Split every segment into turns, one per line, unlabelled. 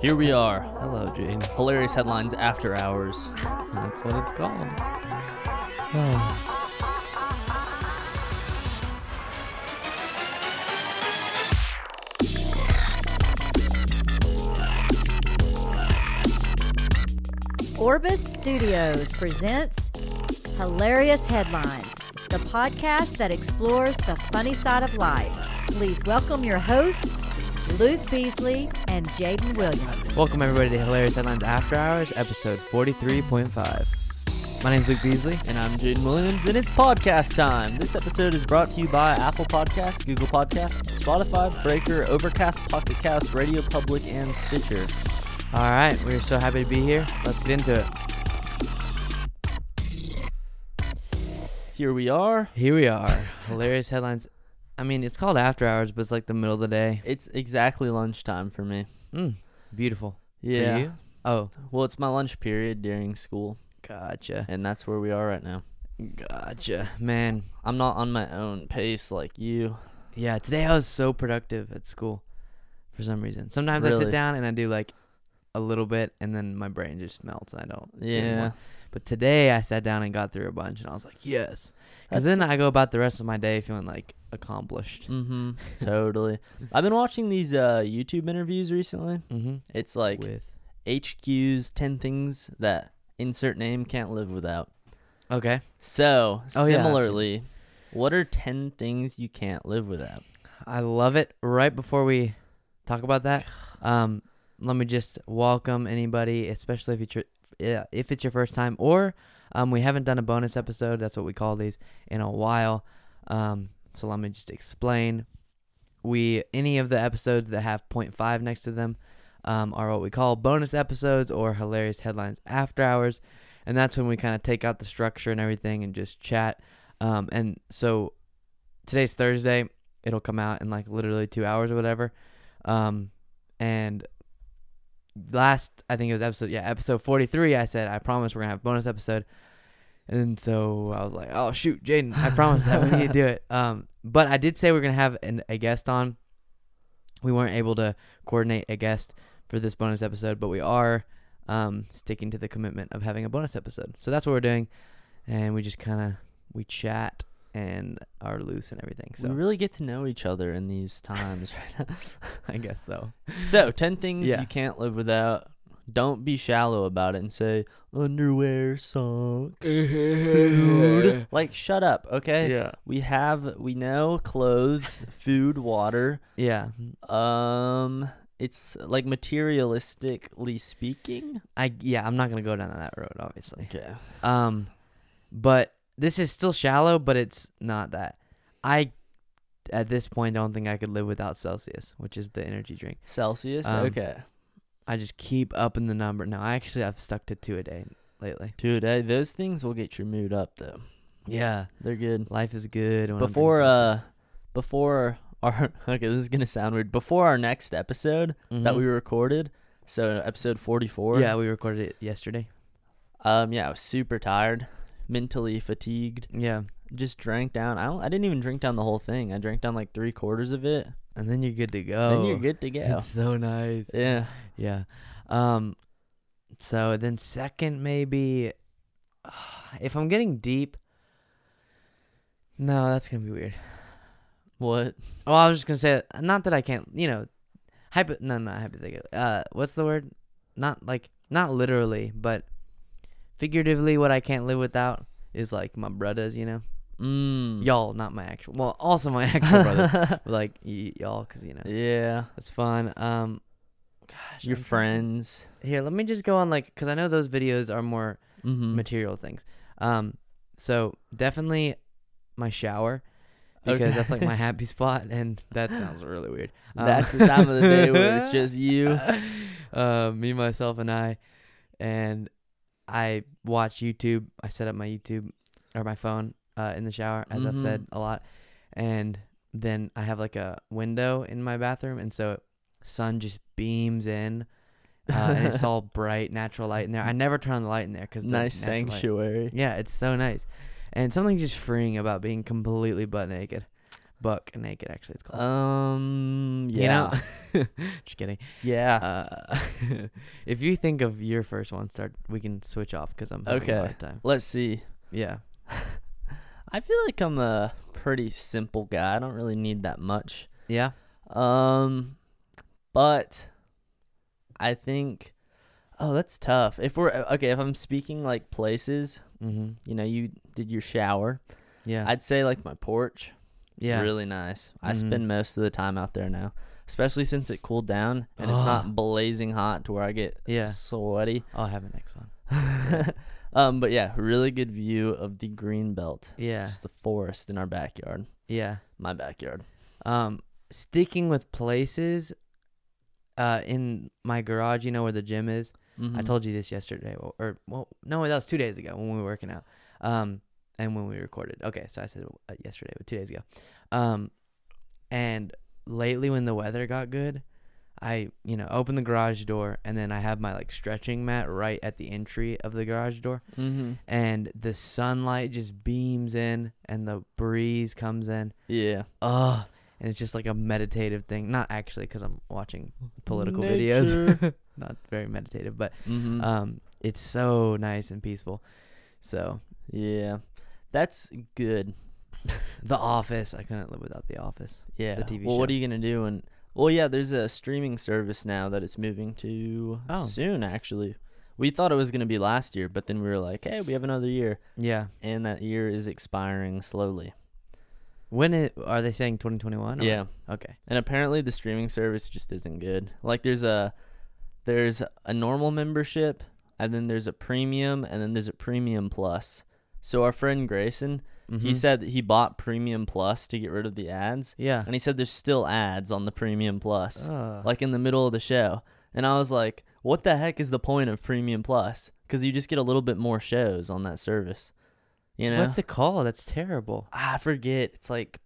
Here we are.
Hello, Jane.
Hilarious headlines after hours.
That's what it's called.
Orbis Studios presents Hilarious Headlines, the podcast that explores the funny side of life. Please welcome your hosts, Luke Beasley and Jaden Williams.
Welcome, everybody, to Hilarious Headlines After Hours, episode 43.5. My name's Luke Beasley.
And I'm Jaden Williams, and it's podcast time. This episode is brought to you by Apple Podcasts, Google Podcasts, Spotify, Breaker, Overcast, Pocket Cast, Radio Public, and Stitcher.
All right, we're so happy to be here. Let's get into it.
Here we are.
Here we are. Hilarious Headlines. I mean, it's called After Hours, but it's like the middle of the day.
It's exactly lunchtime for me.
Mm, beautiful. For
Yeah.
you? Oh,
Well, it's my lunch period during school,
gotcha.
and that's where we are right now.
Gotcha. Man,
I'm not on my own pace like you.
Yeah, today I was so productive at school for some reason. Sometimes I
Really?
sit down and I do like a little bit and then my brain just melts and I don't do
Yeah.
anymore. But today I sat down and got through a bunch and I was like, yes. Cuz
That's-
then I go about the rest of my day feeling like accomplished.
Mm-hmm. totally. I've been watching these uh, YouTube interviews recently.
Mm-hmm.
It's like
With
HQ's 10 things that insert name can't live without.
Okay.
So,
Oh, yeah, I've seen
similarly, what are 10 things you can't live without?
I love it. Right before we talk about that, um, let me just welcome anybody, especially if you tr- yeah, if it's your first time or um, we haven't done a bonus episode. That's what we call these in a while. Um, so let me just explain. We any of the episodes that have 0.5 next to them um, are what we call bonus episodes or hilarious headlines after hours, and that's when we kind of take out the structure and everything and just chat. Um, and so today's Thursday, it'll come out in like literally two hours or whatever. Um, and last, I think it was episode, yeah, episode 43, I said, I promise we're going to have a bonus episode. And so I was like, oh, shoot, Jaden, I promise that we need to do it. Um, but I did say we are going to have an, a guest on. We weren't able to coordinate a guest for this bonus episode, but we are um, sticking to the commitment of having a bonus episode. So that's what we're doing. And we just kind of, we chat and are loose and everything. So
We really get to know each other in these times. right now.
I guess so.
so, 10 things
Yeah.
you can't live without. Don't be shallow about it and say underwear, socks, food. Like, shut up, okay?
Eh, Yeah.
We have, we know clothes, food, water.
Yeah.
Um, it's like materialistically speaking.
I yeah, I'm not going to go down that road obviously.
Okay.
Um but this is still shallow, but it's not that. I at this point don't think I could live without Celsius, which is the energy drink.
Celsius.
Um,
okay.
I just keep upping the number. No, I actually I've stuck to 2 a day lately.
Dude, eh, those things will get your mood up though.
Yeah.
They're good.
Life is good when I'm drinking
Before uh
Celsius.
before our okay, this is gonna sound weird. Before our next episode that
Mhm.
we recorded, so episode forty four.
Yeah, we recorded it yesterday.
Um yeah, I was super tired, mentally fatigued.
Yeah.
Just drank down. I don't, I didn't even drink down the whole thing. I drank down like three quarters of it.
And then you're good to go.
Then you're good to go.
It's so nice.
Yeah.
Yeah. Um so then second maybe if I'm getting deep No, that's going to be weird.
What?
Well, I was just going to say not that I can't, you know, hypo no, not hypothetical. Uh what's the word? Not like not literally, but figuratively what I can't live without is like my brothers, you know.
Mm.
Y'all, not my actual. Well, also my actual brother. but, like y- y'all cuz you know.
Yeah.
It's fun. Um gosh,
Your
I'm trying-
friends.
Here, let me just go on like because I know those videos are more
Mm-hmm.
material things. Um, so definitely my shower because that's like my happy spot, and that sounds really weird. Um,
That's the time of the day where it's just you.
uh, me, myself, and I, and I watch YouTube. I set up my YouTube or my phone uh, in the shower, as I've
Mhm.
said a lot, and then I have like a window in my bathroom, and so sun just beams in. Uh, and it's all bright natural light in there. I never turn on the light in there because
nice
sanctuary.
sanctuary.
Yeah, it's so nice. And something just freeing about being completely butt naked. buck naked. Actually, it's called.
Um. Yeah.
You know, just kidding.
Yeah.
Uh, if you think of your first one, start. We can switch off because I'm having
Okay.
a hard time.
Let's see.
Yeah.
I feel like I'm a pretty simple guy. I don't really need that much.
Yeah.
Um, but I think. Oh, that's tough. If we're okay, if I'm speaking like places,
Mm-hmm.
you know, you did your shower.
Yeah.
I'd say like my porch.
yeah.
Really nice. I
Mhm.
spend most of the time out there now, especially since it cooled down and it's
Ah.
not blazing hot to where I get
Yeah.
sweaty.
I'll have a next one.
um, but yeah, really good view of the green belt.
Yeah.
Just the forest in our backyard.
Yeah.
My backyard.
Um, sticking with places. Uh, in my garage, you know where the gym is. I
Mhm.
told you this yesterday, or, or well, no, that was two days ago when we were working out, um, and when we recorded. Okay, so I said uh, yesterday, but two days ago, um, and lately when the weather got good, I you know open the garage door and then I have my like stretching mat right at the entry of the garage door,
Mhm.
and the sunlight just beams in and the breeze comes in.
Yeah.
Ugh. And it's just like a meditative thing. Not actually, because I'm watching political videos.
Nature.
Not very meditative, but
Mhm.
um, it's so nice and peaceful. So
yeah. That's good.
The Office, I couldn't live without The Office.
Yeah.
TV
well, what
show.
are you gonna do? And well, yeah, there's a streaming service now that it's moving to
Oh.
soon. Actually, we thought it was gonna be last year, but then we were like, hey, we have another year,
Yeah.
and that year is expiring slowly.
When it, are they saying 2021? or-
Yeah,
Okay.
and apparently the streaming service just isn't good. Like there's a there's a normal membership, and then there's a premium, and then there's a premium plus. So our friend Grayson, he
Mhm.
said that he bought premium plus to get rid of the ads,
Yeah.
and he said there's still ads on the premium plus.
Ugh.
like in the middle of the show. And I was like, what the heck is the point of Premium Plus? Because you just get a little bit more shows on that service. You know?
What's it called? That's terrible.
Ah, I forget. It's like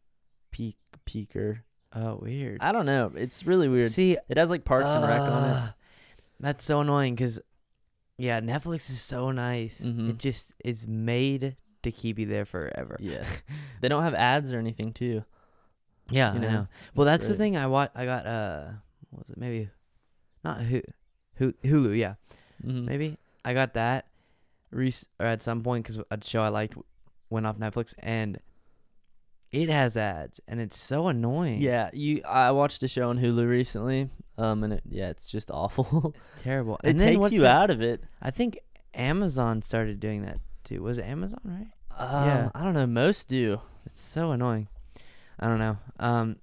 Peak Peaker.
Oh, weird.
I don't know. It's really weird.
See, uh,
it has like Parks and Rec on it.
ugh, That's so annoying because, yeah, Netflix is so nice.
Mhm.
It just is made to keep you there forever.
Yes. They don't have ads or anything too.
Yeah,
you
I
know?
know. Well, that's the
great.
thing. I wa- I got uh, what was it? Maybe, not who, who Hulu. Yeah,
Mhm.
maybe I got that, rec- or at some point because a show I liked w- went off Netflix and it has ads and it's so annoying.
Yeah, you. I watched a show on Hulu recently, um, and it, yeah, it's just awful.
it's terrible.
it
and then
takes
what's
you
that-
out of it.
I think Amazon started doing that too. Was it Amazon right?
Um,
Yeah.
I don't know. Most do.
It's so annoying. I don't know. Um,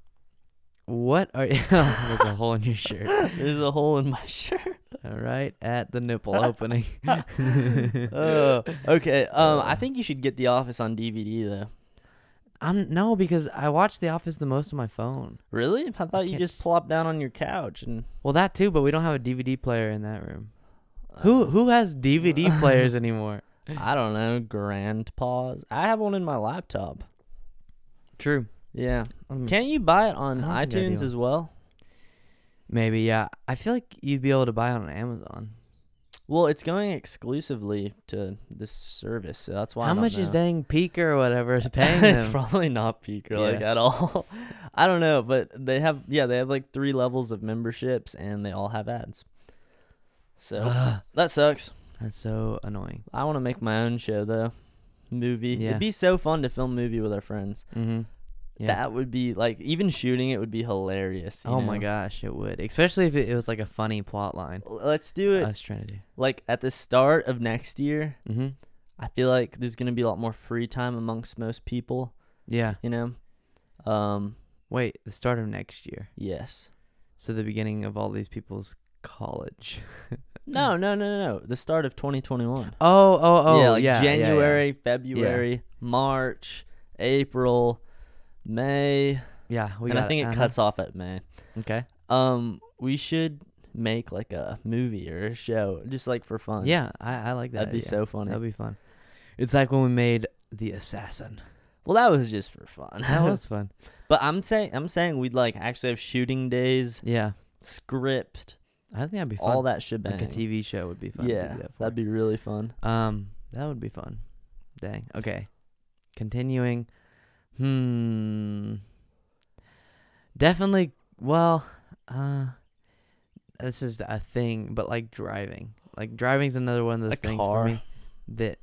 what are there's a hole in your shirt?
There's a hole in my shirt.
Right at the nipple opening.
Oh, okay. Um, I
Uh.
think you should get The Office on DVD though.
I'm no because I watch The Office the most on my phone.
Really? I thought you
can't
just
s-
plop down on your couch and
Well, that too, but we don't have a DVD player in that room. Who who has DVD players anymore?
I don't know, grandpa's. I have one in my laptop. Hmm.
True.
Yeah.
Let me
Can
s-
you buy it on
I don't think I
iTunes
do.
as well?
Maybe yeah. I feel like you'd be able to buy it on Amazon.
Well, it's going exclusively to this service, so that's why. I
How
don't
much is
know.
dang Peaker or whatever is paying
it's
them?
probably not peak or like
Yeah.
at all. I don't know, but they have yeah, they have like three levels of memberships and they all have ads. So
Ugh,
that sucks.
that's so annoying.
I want to make my own show though. Movie.
Yeah.
It'd be so fun to film movie with our friends.
Mm-hmm. Yeah.
That would be like even shooting it would be hilarious. you
oh my
know?
gosh, it would, especially if it, it was like a funny plot line.
L- Let's do it
Us trying to do.
like at the start of next year.
Mm-hmm.
I feel like there's gonna be a lot more free time amongst most people.
Yeah.
You know. Um.
Wait, the start of next year.
Yes.
So the beginning of all these people's college.
No. No. No. No. no. The start of 2021.
Oh, oh, Mm. oh,
yeah,
yeah,
like
yeah, yeah.
January, February, March, April, May,
Yeah, we
and
got
I think it,
uh-huh.
cuts off at May.
Okay.
Um, we should make like a movie or a show just like for fun.
Yeah, I, I like that.
that'd be
idea.
so funny.
That'd be fun. It's like when we made the assassin.
well, that was just for fun.
That was fun.
but I'm saying, I'm saying we'd like actually have shooting days,
Yeah,
script,
I think that'd be fun.
all that shebang.
like a TV show would be fun. to
yeah,
do that for.
that'd be really fun.
Um, that would be fun. Dang. Okay. Continuing. Hmm. Definitely. Well, uh, this is a thing, but like driving, like driving's another one of those
A
things
car.
for me that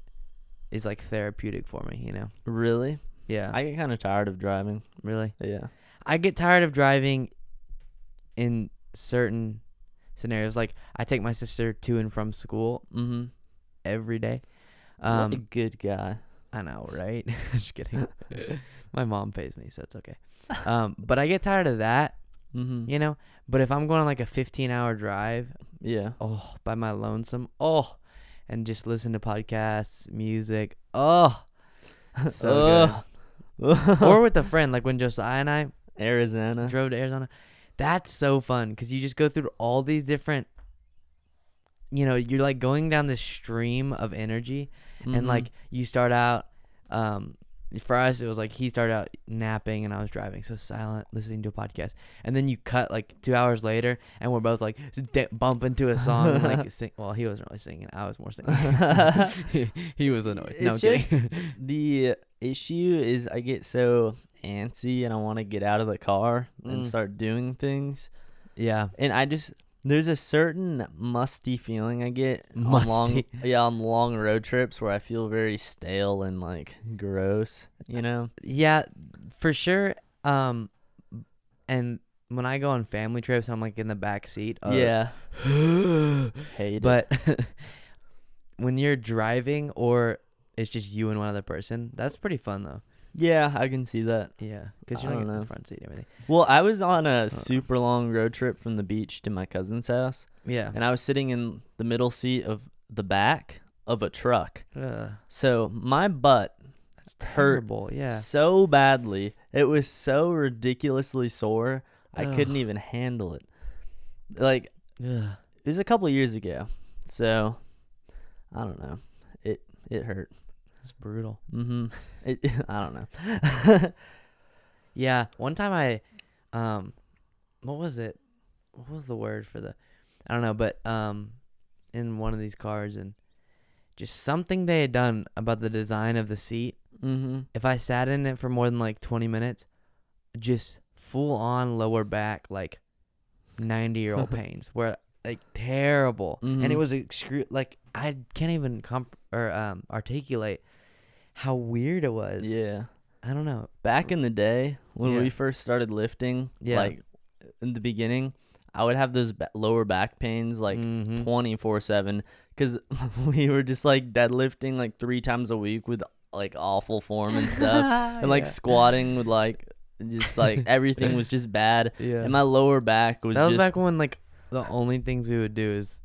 is like therapeutic for me. You know?
Really?
Yeah.
I get kind of tired of driving.
really.
Yeah.
I get tired of driving in certain scenarios. Like I take my sister to and from school
Mm-hmm.
every day.
Um, what a
Um,
good guy.
I know, right? Just kidding. my mom pays me, so it's okay. Um, but I get tired of that,
Mm-hmm.
you know. But if I'm going on like a 15-hour drive,
Yeah.
oh, by my lonesome, oh, and just listen to podcasts, music, oh, so
Ugh.
good. or with a friend, like when Josiah and I
Arizona.
drove to Arizona. That's so fun because you just go through all these different. You know, you're like going down this stream of energy, and
Mhm.
like you start out. Um, for us, it was like he started out napping and I was driving, so silent, listening to a podcast, and then you cut like two hours later, and we're both like s- d- bumping to a song, and, like sing. Well, he wasn't really singing; I was more singing. he, he was annoyed. No, I'm
It's
kidding.
the issue is I get so antsy and I want to get out of the car
Mm.
and start doing things.
yeah,
and I just there's a certain musty feeling I get on long
Musty.
yeah on long road trips where I feel very stale and like gross, you know.
Yeah, for sure. Um, and when I go on family trips, I'm like in the back seat. uh,
yeah, hate it.
but when you're driving or it's just you and one other person, that's pretty fun though.
Yeah, I can see that.
Yeah, because
I
you're like
don't
in the
know.
front seat and everything.
Well, I was on a
Uh.
super long road trip from the beach to my cousin's house,
Yeah.
and I was sitting in the middle seat of the back of a truck.
Ugh,
So my butt
that's
hurt
terrible. Yeah.
so badly. It was so ridiculously sore. I
Ugh.
couldn't even handle it. Like
Ugh.
it was a couple of years ago, so I don't know. It it hurt.
That's brutal.
Mm-hmm. It, I don't know.
Yeah, one time I, um, what was it? What was the word for the? I don't know, but um, in one of these cars and just something they had done about the design of the seat.
mm-hmm.
If I sat in it for more than like twenty minutes, just full on lower back like ninety year old pains where like terrible, and it
Mhm.
was excru- like I can't even comp or um articulate how weird it was.
Yeah.
I don't know.
Back in the day when
Yeah.
we first started lifting,
Yeah.
like in the beginning, I would have those ba- lower back pains like
Mhm.
twenty four seven because we were just like deadlifting like three times a week with like awful form and stuff, and like
Yeah.
squatting with like just like everything was just bad,
Yeah.
and my lower back was
that was
just
back when like the only things we would do is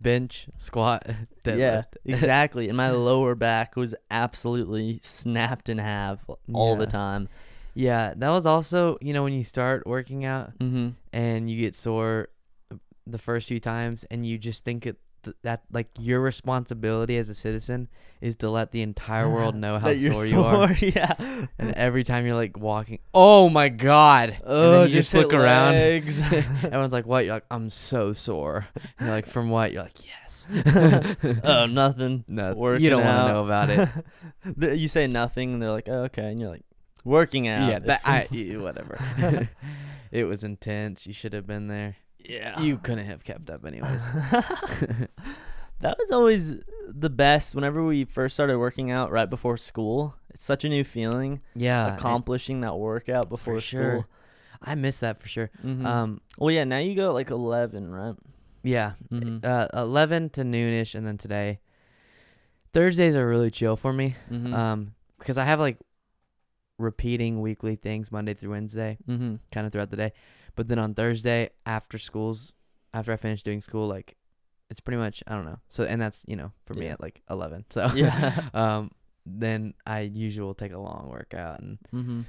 bench, squat, deadlift.
Yeah, exactly. And my lower back was absolutely snapped in half all the
Yeah.
time.
Yeah, that was also, you know, when you start working out
Mm-hmm.
and you get sore the first few times and you just think it th- that like your responsibility as a citizen is to let the entire world know how sore, you are.
yeah.
And every time you're like walking, "Oh my god." and
Oh,
then you just, look around.
Legs.
Everyone's like, "What?" You're like, "I'm so sore." And you're like, "From what?" You're like, "Yes."
oh, nothing.
No,
Working
you don't want
out.
to know about it.
The- you say nothing, and they're like, oh, "Okay," and you're like, "Working out."
yeah,
It's
that,
from-
I, y- whatever. it was intense. You should have been there.
yeah.
You couldn't have kept up, anyways.
that was always the best. Whenever we first started working out right before school, it's such a new feeling
yeah,
accomplishing that workout
it-
before
Uh, for
school.
sure. I miss that for sure.
Mhm.
Um,
Well, yeah, now you go at like 11, right?
yeah,
Mm-hmm.
uh, eleven to noonish, and then today. Thursdays are really chill for me,
Mm-hmm.
um, because I have like repeating weekly things Monday through Wednesday,
mm-hmm.
kind of throughout the day, but then on Thursday after school's, after I finish doing school, like it's pretty much I don't know. So and that's you know for me
Yeah.
at like eleven. So
Yeah.
um, then I usually will take a long workout and
mm-hmm.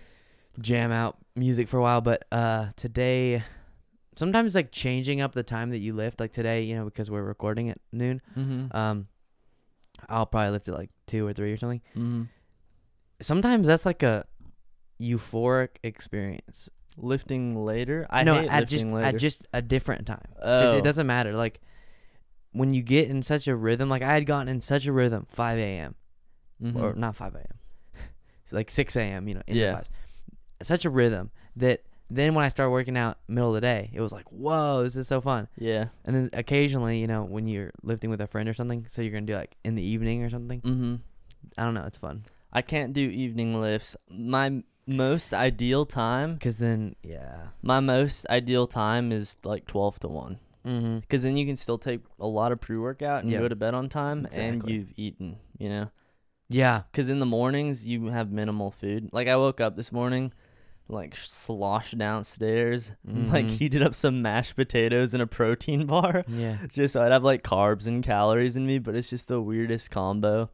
jam out music for a while. But uh, today, sometimes like changing up the time that you lift, like today, you know, because we're recording at noon,
Mm-hmm.
um, I'll probably lift at like two or three or something.
mm-hmm.
Sometimes that's like a euphoric experience.
Lifting later? I
no,
hate
at
lifting
just
later.
at just a different time. Just,
Oh.
it doesn't matter. Like when you get in such a rhythm, like I had gotten in such a rhythm, five a.m.
Mhm.
or not 5 a.m. It's like 6 a.m. You know, in the
Yeah.
fives. Such a rhythm that Then when I started working out middle of the day, it was like, whoa, this is so fun.
Yeah.
And then occasionally, you know, when you're lifting with a friend or something, so you're gonna do like in the evening or something.
Mm-hmm.
I don't know, it's fun
I can't do evening lifts. My m- most ideal time,
because then yeah,
my most ideal time is like 12 to 1.
mm-hmm.
Because then you can still take a lot of pre workout and
Yeah.
go to bed on time and
Exactly.
you've eaten, you know?
yeah,
Because in the mornings, you have minimal food. Like, I woke up this morning, like, sloshed downstairs, and, like,
Mhm.
heated up some mashed potatoes and a protein bar.
yeah,
just so I'd have, like, carbs and calories in me, but it's just the weirdest combo,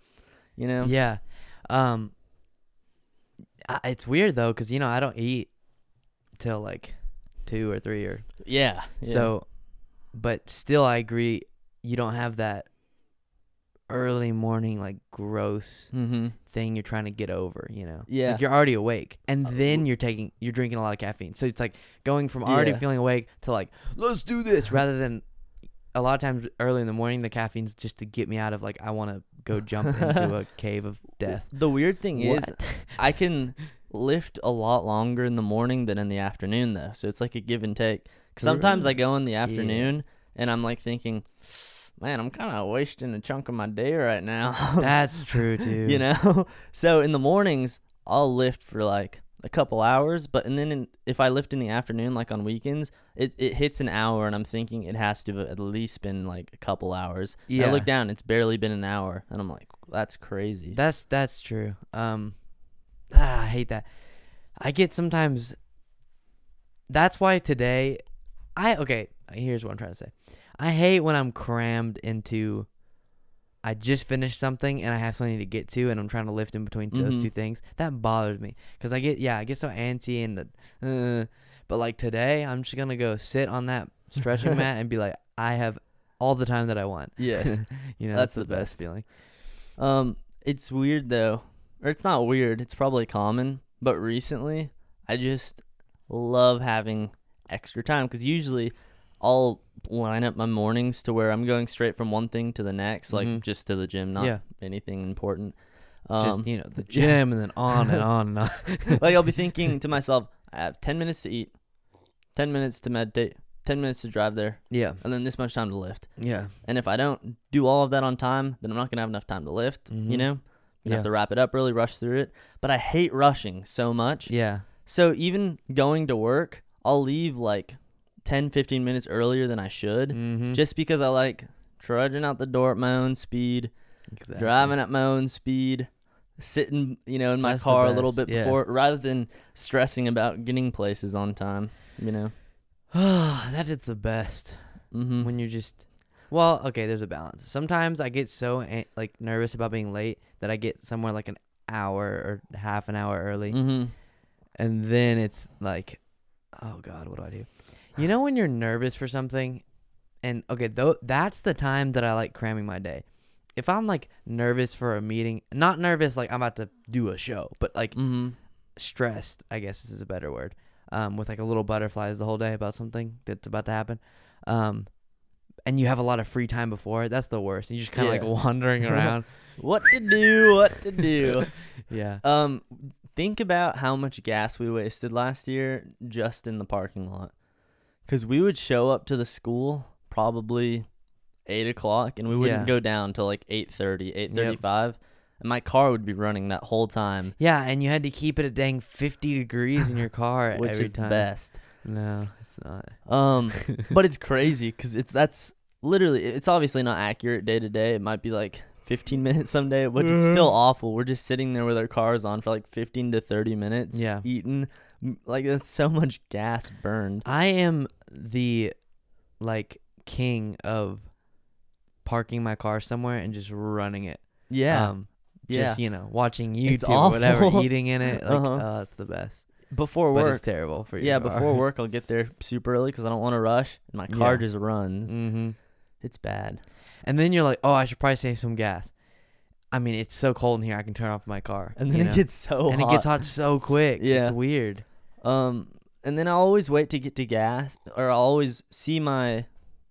you know?
yeah. Um, I, it's weird though because you know I don't eat till like two or three or
Yeah. yeah.
So, but still, I agree. You don't have that early morning, like gross
Mm-hmm.
thing you're trying to get over. You know,
Yeah.
like you're already awake, and
Uh,
then
w-
you're taking, you're drinking a lot of caffeine. So it's like going from already
Yeah.
feeling awake to like, let's do this, rather than a lot of times early in the morning, the caffeine's just to get me out of like I want to go jump into a cave of death.
The weird thing is,
What?
I can lift a lot longer in the morning than in the afternoon, though. So it's like a give and take. 'Cause sometimes I go in the afternoon and I'm like thinking, man, I'm kind of wasting a chunk of my day right now.
That's true too.
you know? So in the mornings, I'll lift for like a couple hours, but and then in, if I lift in the afternoon, like on weekends, it, it hits an hour, and I'm thinking it has to have at least been like a couple hours. And I
Yeah.
look down, it's barely been an hour, and I'm like, that's crazy.
That's that's true. Um, ah, I hate that. I get sometimes. That's why today, I okay. Here's what I'm trying to say. I hate when I'm crammed into. I just finished something and I have something to get to, and I'm trying to lift in between
Mhm.
those two things. That bothers me because I get yeah, I get so antsy and the. Uh, but like today, I'm just gonna go sit on that stretching mat and be like, I have all the time that I want.
yes.
You know,
That's
that's,
the
the,
best.
best feeling.
Um, it's weird though, or it's not weird. It's probably common, but recently I just love having extra time because usually I'll line up my mornings to where I'm going straight from one thing to the next, like
Mhm.
just to the gym, not
Yeah.
anything important. Um,
Just you know, the
yeah.
gym and then on and on and on.
like I'll be thinking to myself, I have ten minutes to eat, ten minutes to meditate, ten minutes to drive there,
Yeah,
and then this much time to lift.
yeah,
And if I don't do all of that on time, then I'm not gonna have enough time to lift. You
Mhm.
know, you
Yeah.
have to wrap it up really, rush through it. But I hate rushing so much.
yeah,
So even going to work, I'll leave like 10, 15 minutes earlier than I should,
mm-hmm.
just because I like trudging out the door at my own speed,
exactly.
driving at my own speed, sitting, you know, in my
That's the
car a little bit
best, yeah.
before, rather than stressing about getting places on time. You know.
that is the best
Mm-hmm.
when you're just. Well, okay, there's a balance. Sometimes I get so an- like nervous about being late that I get somewhere like an hour or half an hour early,
mm-hmm.
and then it's like, oh god, what do I do? You know when you're nervous for something, and okay, though that's the time that I like cramming my day. If I'm like nervous for a meeting, not nervous like I'm about to do a show, but like
Mm-hmm.
stressed, I guess is a better word, um, with like a little butterflies the whole day about something that's about to happen. Um, and you have a lot of free time before it, that's the worst. And you're just kind of
Yeah.
like wandering around.
What to do? What to do?
yeah.
Um, think about how much gas we wasted last year just in the parking lot. Cause we would show up to the school probably eight o'clock, and we wouldn't
Yeah.
go down till like 8.30, 8.35. and my car would be running that whole time,
Yeah, and you had to keep it at dang 50 degrees in your car
which
every
is the
time.
best.
No, it's not.
Um, but it's crazy because it's that's literally it's obviously not accurate day to day. It might be like. 15 minutes someday, but it's still
Mm-hmm.
awful. We're just sitting there with our cars on for like 15 to 30 minutes,
Yeah.
eating. M- Like, that's so much gas burned.
I am the like king of parking my car somewhere and just running it.
Yeah.
Um,
Uh, yeah.
Just, you know, watching YouTube
It's
or whatever,
awful.
eating in it. Like,
Uh-huh.
oh, it's the best.
before
But it's
work.
terrible for you.
Yeah, before work, I'll get there super early because I don't want to rush. And my car
Yeah.
just runs.
hmm
It's bad.
And then you're like, oh, I should probably save some gas. I mean, it's so cold in here. I can turn off my car.
And then
you
it
know?
gets so
and
hot.
it gets hot so quick.
Yeah.
it's weird.
Um, and then I always wait to get to gas, or I always see my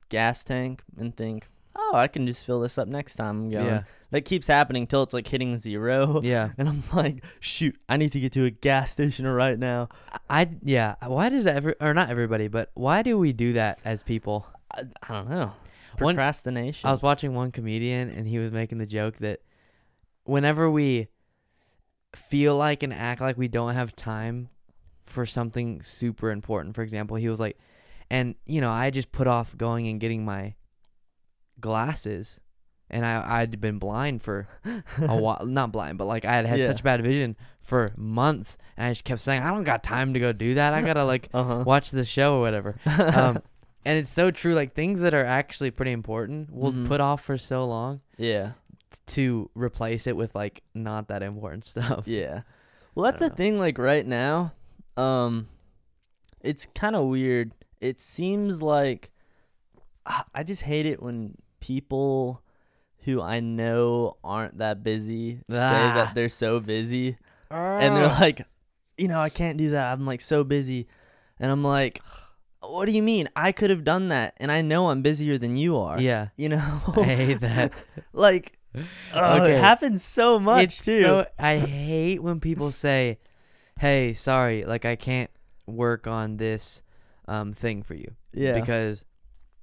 gas tank and think, oh, I can just fill this up next time I'm going.
Yeah.
That keeps happening till it's like hitting zero.
Yeah.
And I'm like, shoot, I need to get to a gas station right now.
I yeah. Why does every or not everybody, but why do we do that as people?
I, I don't know.
One-
Procrastination.
I was watching one comedian and he was making the joke that whenever we feel like and act like we don't have time for something super important, for example, he was like, and you know, I just put off going and getting my glasses and I, I'd been blind for a while, not blind, but like I had had
Yeah.
such bad vision for months and I just kept saying, I don't got time to go do that. I gotta like
uh-huh.
watch the show or whatever. Um, and it's so true. Like things that are actually pretty important will
Mhm.
put off for so long
yeah.
t- to replace it with like not that important stuff.
Yeah. Well, that's the
don't know.
thing. Like right now, um, it's kind of weird. It seems like I I just hate it when people who I know aren't that busy say
Ah.
that they're so busy, and they're like, you know, I can't do that. I'm like so busy, and I'm like, what do you mean? I could have done that, and I know I'm busier than you are.
yeah,
You know,
I hate that.
like, oh,
Okay.
it happens so much
It's
too.
so- I hate when people say, "Hey, sorry, like I can't work on this um thing for you
yeah.
because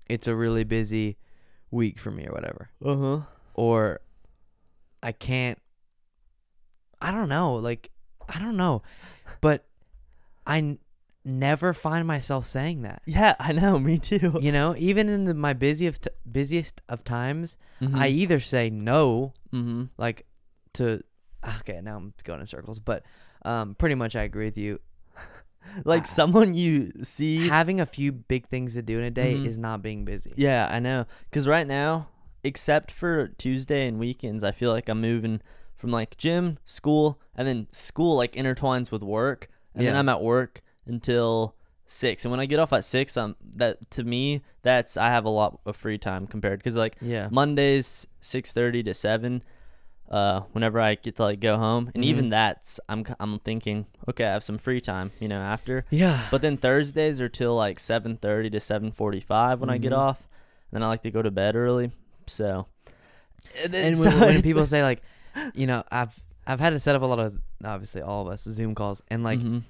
it's a really busy week for me or whatever."
uh huh.
or I can't. I don't know. Like, I don't know. But I n- never find myself saying that.
Yeah, I know. Me too.
You know, even in the, my busiest busiest of times, I
e
either say no,
mm-hmm.
like to. Okay, now I'm going in circles, but um, pretty much I agree with you.
like
I-
someone you see.
Having a few big things to do in a day
Mhm.
is not being busy.
yeah, I know. Cause right now, except for Tuesday and weekends, I feel like I'm moving from like gym, school, and then school like intertwines with work, and then
Yeah.
I'm at work until six. And when I get off at six, um, that to me, that's I have a lot of free time compared. Cause like
Yeah.
Mondays, six thirty to seven. Uh, whenever I get to like go home, and
Mhm.
even that's I'm c- I'm thinking, okay, I have some free time, you know, after.
Yeah.
But then Thursdays are till like 7:30 to 7:45 when I get
Mhm.
off. Then I like to go to bed early. So and, then-
and
so
when, when
it's-
people say like, you know, I've I've had to set up a lot of obviously all of us Zoom calls and like,
Mhm.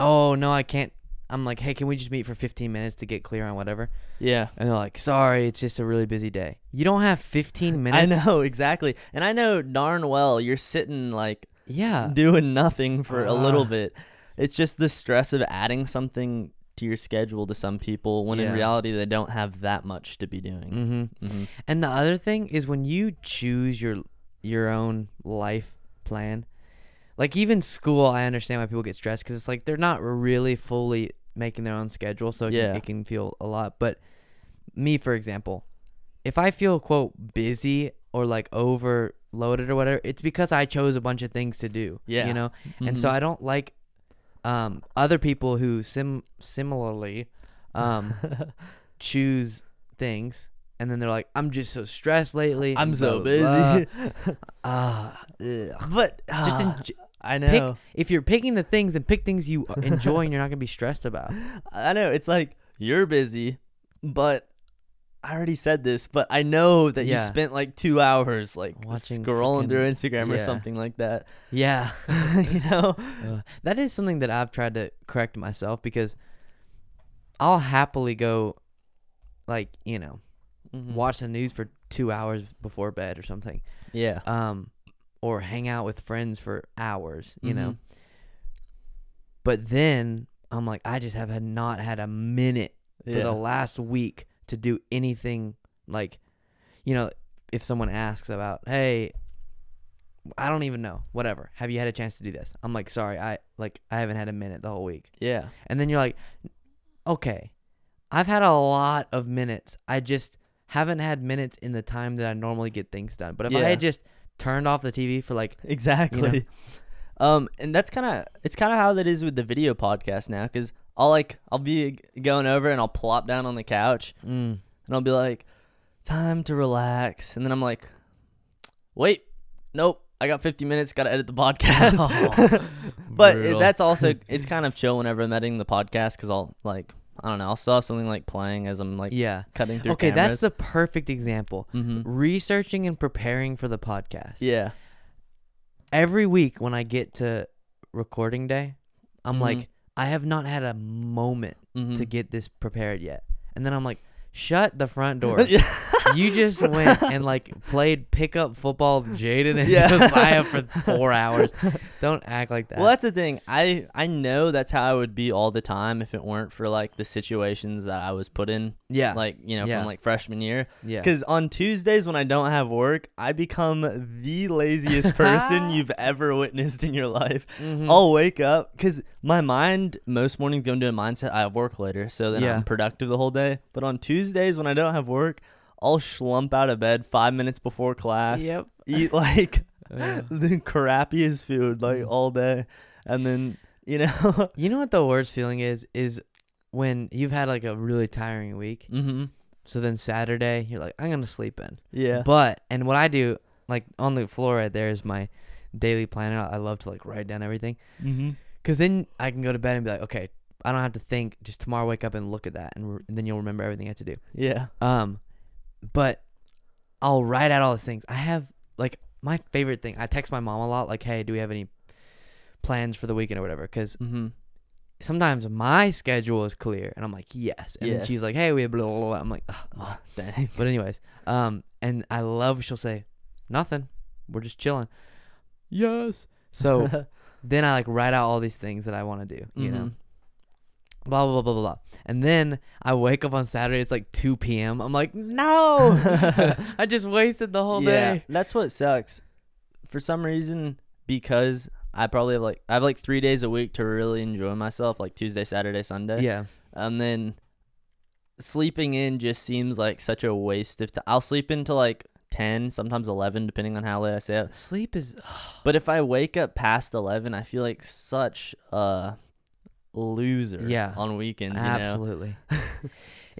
oh no, I can't. I'm like, hey, can we just meet for 15 minutes to get clear on whatever?
yeah.
And they're like, sorry, it's just a really busy day. You don't have 15 minutes.
I know exactly. And I know darn well you're sitting like
Yeah.
doing nothing for a little
Ah.
bit. It's just the stress of adding something to your schedule to some people when in
Yeah.
reality they don't have that much to be doing.
hmm
Mhm.
And the other thing is when you choose your your own life plan, like even school, I understand why people get stressed because it's like they're not really fully making their own schedule, so it,
Yeah.
can, it can feel a lot. But me, for example, if I feel quote busy or like overloaded or whatever, it's because I chose a bunch of things to do.
Yeah.
you know, and so
Mhm.
I don't like um other people who sim similarly um choose things and then they're like i'm just so stressed lately
I'm
and
so
blah, blah,
busy.
blah." ah ugh.
but
just
ah,
enj-
I know.
pick if you're picking the things then pick things you enjoy and you're not gonna be stressed about
I know it's like you're busy, but I already said this, but I know that you
Yeah.
spent like two hours like
Watching
scrolling through
frickin-
Instagram or
yeah.
something like that.
yeah
you know?
Ugh. that is something that i've tried to correct myself because i'll happily go like you know
Mhm.
watch the news for two hours before bed or something
Yeah.
um, or hang out with friends for hours, you know. But then I'm like, I just have had not had a minute for
yeah.
the last week to do anything like, you know, if someone asks about, hey, I don't even know, whatever. Have you had a chance to do this? I'm like, sorry, I like I haven't had a minute the whole week.
yeah.
And then you're like, okay, I've had a lot of minutes. I just haven't had minutes in the time that I normally get things done. But if I
Yeah.
had just turned off the TV for like,
Exactly. Um, and that's kind of it's kind of how that is with the video podcast now, because I'll like I'll be g- going over and I'll plop down on the couch
mm,
and I'll be like, time to relax, and then I'm like, wait, nope, I got 50 minutes, gotta edit the podcast.
Oh,
but it-
brutal.
that's also it's kind of chill whenever I'm editing the podcast because I'll like I don't know. I'll still have something like playing as I'm like
yeah.
cutting through.
Okay,
cameras.
that's the perfect example.
Mhm.
Researching and preparing for the podcast.
Yeah.
Every week when I get to recording day, I'm
Mhm.
like, I have not had a moment
Mhm.
to get this prepared yet. And then I'm like, shut the front door.
yeah.
you just went and like played pickup football with Jaden and
Yeah.
Josiah for four hours. Don't act like that.
Well, that's the thing. I I know that's how I would be all the time if it weren't for like the situations that I was put in,
Yeah.
like you know
Yeah.
from like freshman year.
yeah.
Because on Tuesdays when I don't have work, I become the laziest person you've ever witnessed in your life.
Mhm.
I'll wake up because my mind most mornings go into a mindset I have work later, so then
Yeah.
I'm productive the whole day. But on Tuesdays when I don't have work, I'll schlump out of bed five minutes before class,
Yep.
eat like
Yeah.
the crappiest food
Mm.
like all day, and then you know,
You know what the worst feeling is? Is when you've had like a really tiring week.
hmm
So then Saturday, you're like, I'm going to sleep in.
yeah,
But, and what I do, like on the floor right there is my daily planner. I love to like write down everything.
hmm
Because then I can go to bed and be like, okay, I don't have to think. Just tomorrow, wake up and look at that. And, re- and then you'll remember everything you have to do.
yeah,
Um, but I'll write out all these things. I have like my favorite thing. I text my mom a lot, like, "Hey, do we have any plans for the weekend or whatever?" Because
hmm
sometimes my schedule is clear, and I'm like, "Yes," and then
Yes.
she's like, "Hey, we have blah blah blah." I'm like, Ugh, mom."
dang,
but anyways, um, and I love she'll say, "Nothing. We're just chilling." Yes. So then I like write out all these things that I want to do. You know.
Mhm.
Blah blah blah blah blah, and then I wake up on Saturday. It's like 2 p.m. I'm like, no, I just wasted the whole
yeah,
day.
that's what sucks. For some reason, because I probably have like I have like three days a week to really enjoy myself, like Tuesday, Saturday, Sunday.
Yeah,
and then sleeping in just seems like such a waste of time. I'll sleep into like ten, sometimes eleven, depending on how late I stay up.
sleep is
But if I wake up past eleven, I feel like such a loser.
Yeah.
on weekends, you know.
absolutely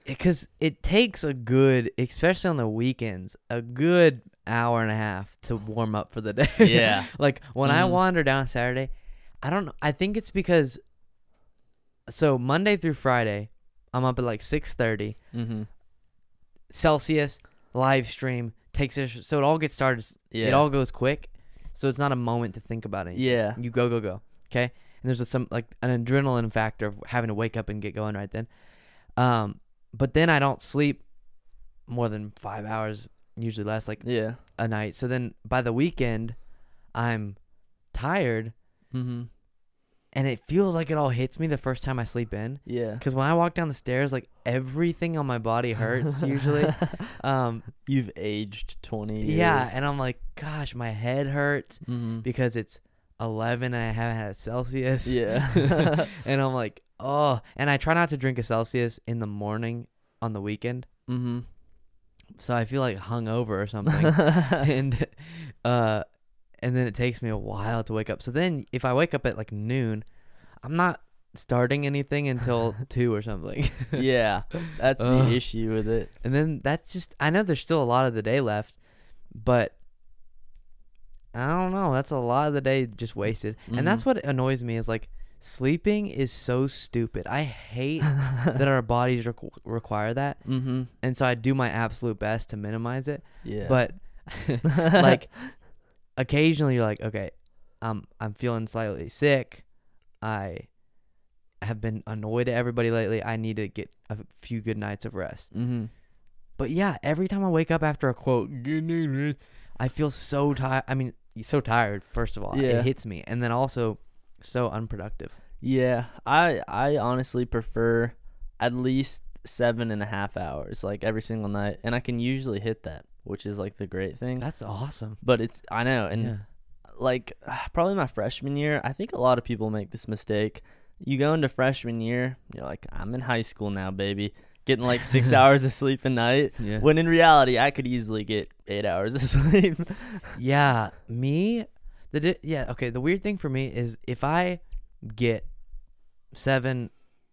because it takes a good, especially on the weekends, a good hour and a half to warm up for the day.
Yeah.
like when I
Mhm.
wander down Saturday, I don't know. I think it's because so Monday through Friday, I'm up at like 6:30
Mm-hmm.
Celsius live stream takes it, so it all gets started. s-
Yeah.
It all goes quick, so it's not a moment to think about it.
Yeah.
You go, go, go. Okay. And there's a, some like an adrenaline factor of having to wake up and get going right then. Um, but then I don't sleep more than five hours, usually less like
Yeah.
a night. So then by the weekend, I'm tired
Mm-hmm.
and it feels like it all hits me the first time I sleep in.
Yeah.
Cause when I walk down the stairs, like everything on my body hurts usually. Um,
You've aged twenty. Years.
yeah. And I'm like, gosh, my head hurts
Mm-hmm.
because it's 11 and I haven't had a Celsius.
Yeah.
and I'm like, oh. And I try not to drink a Celsius in the morning on the weekend,
mm-hmm.
so I feel like hungover or something. and uh, and then it takes me a while to wake up. So then, if I wake up at like noon, I'm not starting anything until two or something.
yeah. That's
Ugh.
the issue with it.
And then that's just I know there's still a lot of the day left, but I don't know. That's a lot of the day just wasted. And that's
Mhm.
what annoys me is like sleeping is so stupid. I hate that our bodies requ require that.
Mm-hmm.
And so I do my absolute best to minimize it,
Yeah.
but like occasionally you're like, okay, um I'm feeling slightly sick. I have been annoyed at everybody lately. I need to get a few good nights of rest.
Mm-hmm.
But yeah, every time I wake up after a quote, I feel so tired. I mean, so tired. First of all,
Yeah.
it hits me, and then also so unproductive.
Yeah, I I honestly prefer at least seven and a half hours, like every single night, and I can usually hit that, which is like the great thing.
That's awesome.
But it's I know, and
yeah.
like probably my freshman year, I think a lot of people make this mistake. You go into freshman year, you're like, I'm in high school now, baby, getting like six hours of sleep a night.
Yeah.
When in reality, I could easily get eight hours of sleep.
yeah. Me, the di- yeah. Okay. The weird thing for me is if I get seven,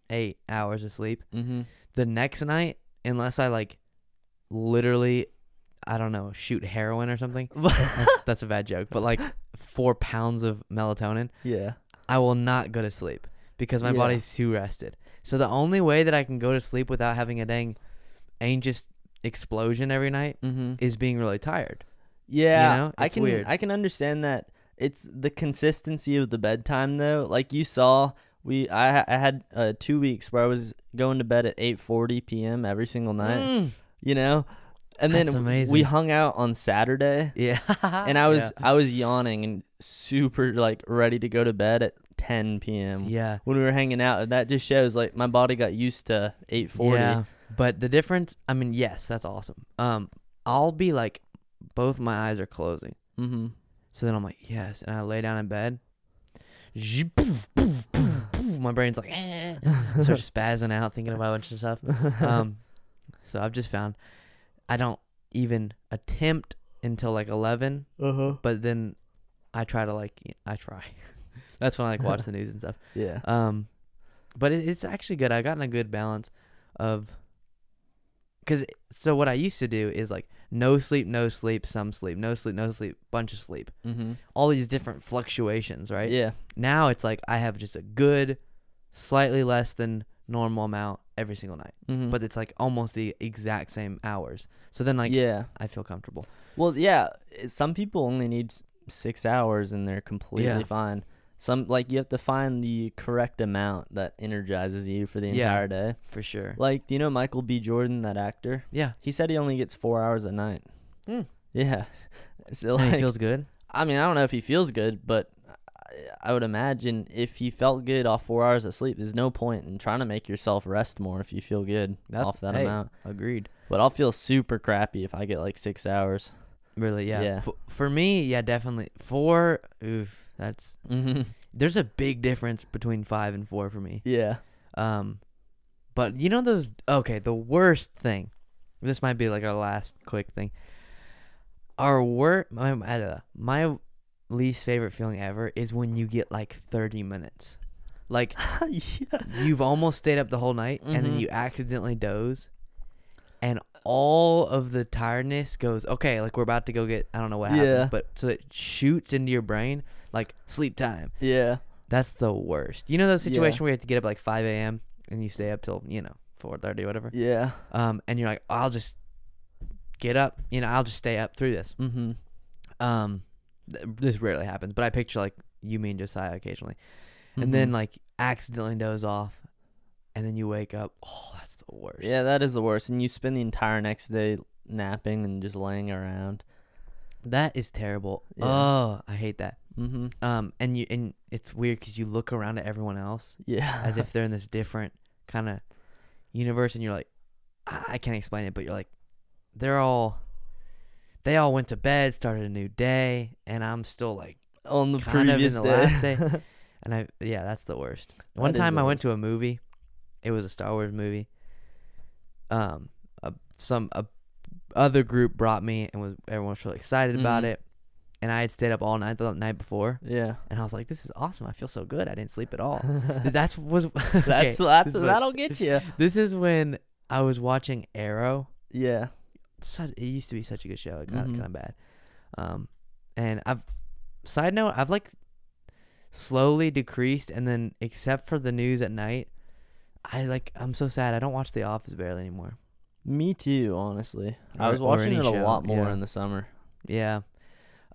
eight hours of sleep
mm-hmm.
the next night, unless I like, literally, I don't know, shoot heroin or something. that's, that's a bad joke, but like four pounds of melatonin.
yeah.
I will not go to sleep because my
Yeah.
body's too rested. So the only way that I can go to sleep without having a dang anxious explosion every night
Mm-hmm.
is being really tired.
Yeah,
know?
I
It's
can
weird.
I can understand that. It's the consistency of the bedtime though. Like you saw, we I ha- I had uh, two weeks where I was going to bed at 8:40 p.m. every single night.
Mm.
You know, and
That's
then
amazing.
we hung out on Saturday,
Yeah.
and I was I was yawning and super like ready to go to bed at 10
yeah.
p.m.
yeah.
When we were hanging out, and that just shows like my body got used to 8:40.
Yeah, but the difference. I mean, yes, that's awesome. Um, I'll be like, both my eyes are closing,
Mm-hmm.
so then I'm like, yes, and I lay down in bed. Zhi- poof, poof, poof, poof. My brain's like, eh. I start spazzing out, thinking about a bunch of stuff. Um, so I've just found I don't even attempt until like eleven,
Uh huh.
but then I try to like, y- I try. that's when I like watch the news and stuff.
Yeah.
Um, but it, it's actually good. I've gotten a good balance of because so what I used to do is like no sleep, no sleep, some sleep, no sleep, no sleep, bunch of sleep,
Mm-hmm.
all these different fluctuations, right?
Yeah.
Now it's like I have just a good, slightly less than normal amount every single night,
Mm-hmm.
but it's like almost the exact same hours. So then like
yeah.
I feel comfortable.
Well, yeah, i- some people only need s- six hours and they're completely
Yeah.
fine. Some like you have to find the correct amount that energizes you for the
Yeah.
entire day.
For sure.
Like, do you know Michael B. Jordan, that actor?
Yeah.
He said he only gets four hours a night.
Hmm.
Yeah. So
And
like,
it feels good.
I mean, I don't know if he feels good, but I, I would imagine if he felt good off four hours of sleep, there's no point in trying to make yourself rest more if you feel good
That's-
off that
hey.
amount.
Agreed.
But I'll feel super crappy if I get like six hours.
Really, yeah.
Yeah.
F- for me, yeah, definitely. Four, oof, that's
Mm-hmm.
there's a big difference between five and four for me.
Yeah.
Um, but you know those. Okay, the worst thing. This might be like our last quick thing. Our work, my uh, my least favorite feeling ever is when you get like thirty minutes, like
yeah.
you've almost stayed up the whole night and then
Mhm.
you accidentally doze and all of the tiredness goes okay like we're about to go get i don't know what
Yeah.
happens but so it shoots into your brain like sleep time
Yeah.
that's the worst you know those
Yeah.
situation where you have to get up at like 5 a.m and you stay up till you know 4.30 whatever
Yeah.
um and you're like i'll just get up you know i'll just stay up through this
Mm-hmm.
um th- this rarely happens but i picture like you mean josiah occasionally
mm-hmm.
and then like accidentally doze off and then you wake up oh that's the worst
yeah, that is the worst. And you spend the entire next day napping and just laying around.
that is terrible
Yeah.
oh i hate that
Mm-hmm.
um and you and it's weird because you look around at everyone else
Yeah.
as if they're in this different kind of universe and you're like I-, I can't explain it but you're like they're all they all went to bed started a new day and i'm still like
on the
kind of in
previous
the
day.
last day. And I yeah, that's the worst. One
That is
time
the
I went to a movie. It was a Star Wars movie. Um, a, some a other group brought me and was everyone was really excited about
Mhm.
it. And I had stayed up all night the night before,
yeah.
and I was like, "This is awesome! I feel so good. I didn't sleep at all." that's was Oh, okay,
That's that's
this is what-
that'll get you.
This is when I was watching Arrow.
Yeah.
Such, it used to be such a good show. It got
Mhm.
kind of bad. Um, and I've side note, I've like slowly decreased, and then except for the news at night, I like I'm so sad. I don't watch The Office barely anymore.
Me too. Honestly, I
Or-
was
or
watching
any
it a
show,
lot more
yeah.
in the summer.
Yeah.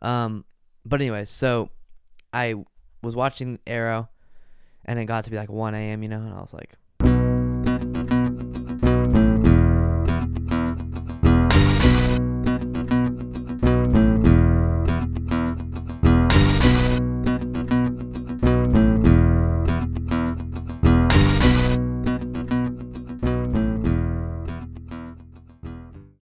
Um, but anyway, so I was watching Arrow, and it got to be like 1 a.m. You know, and I was like,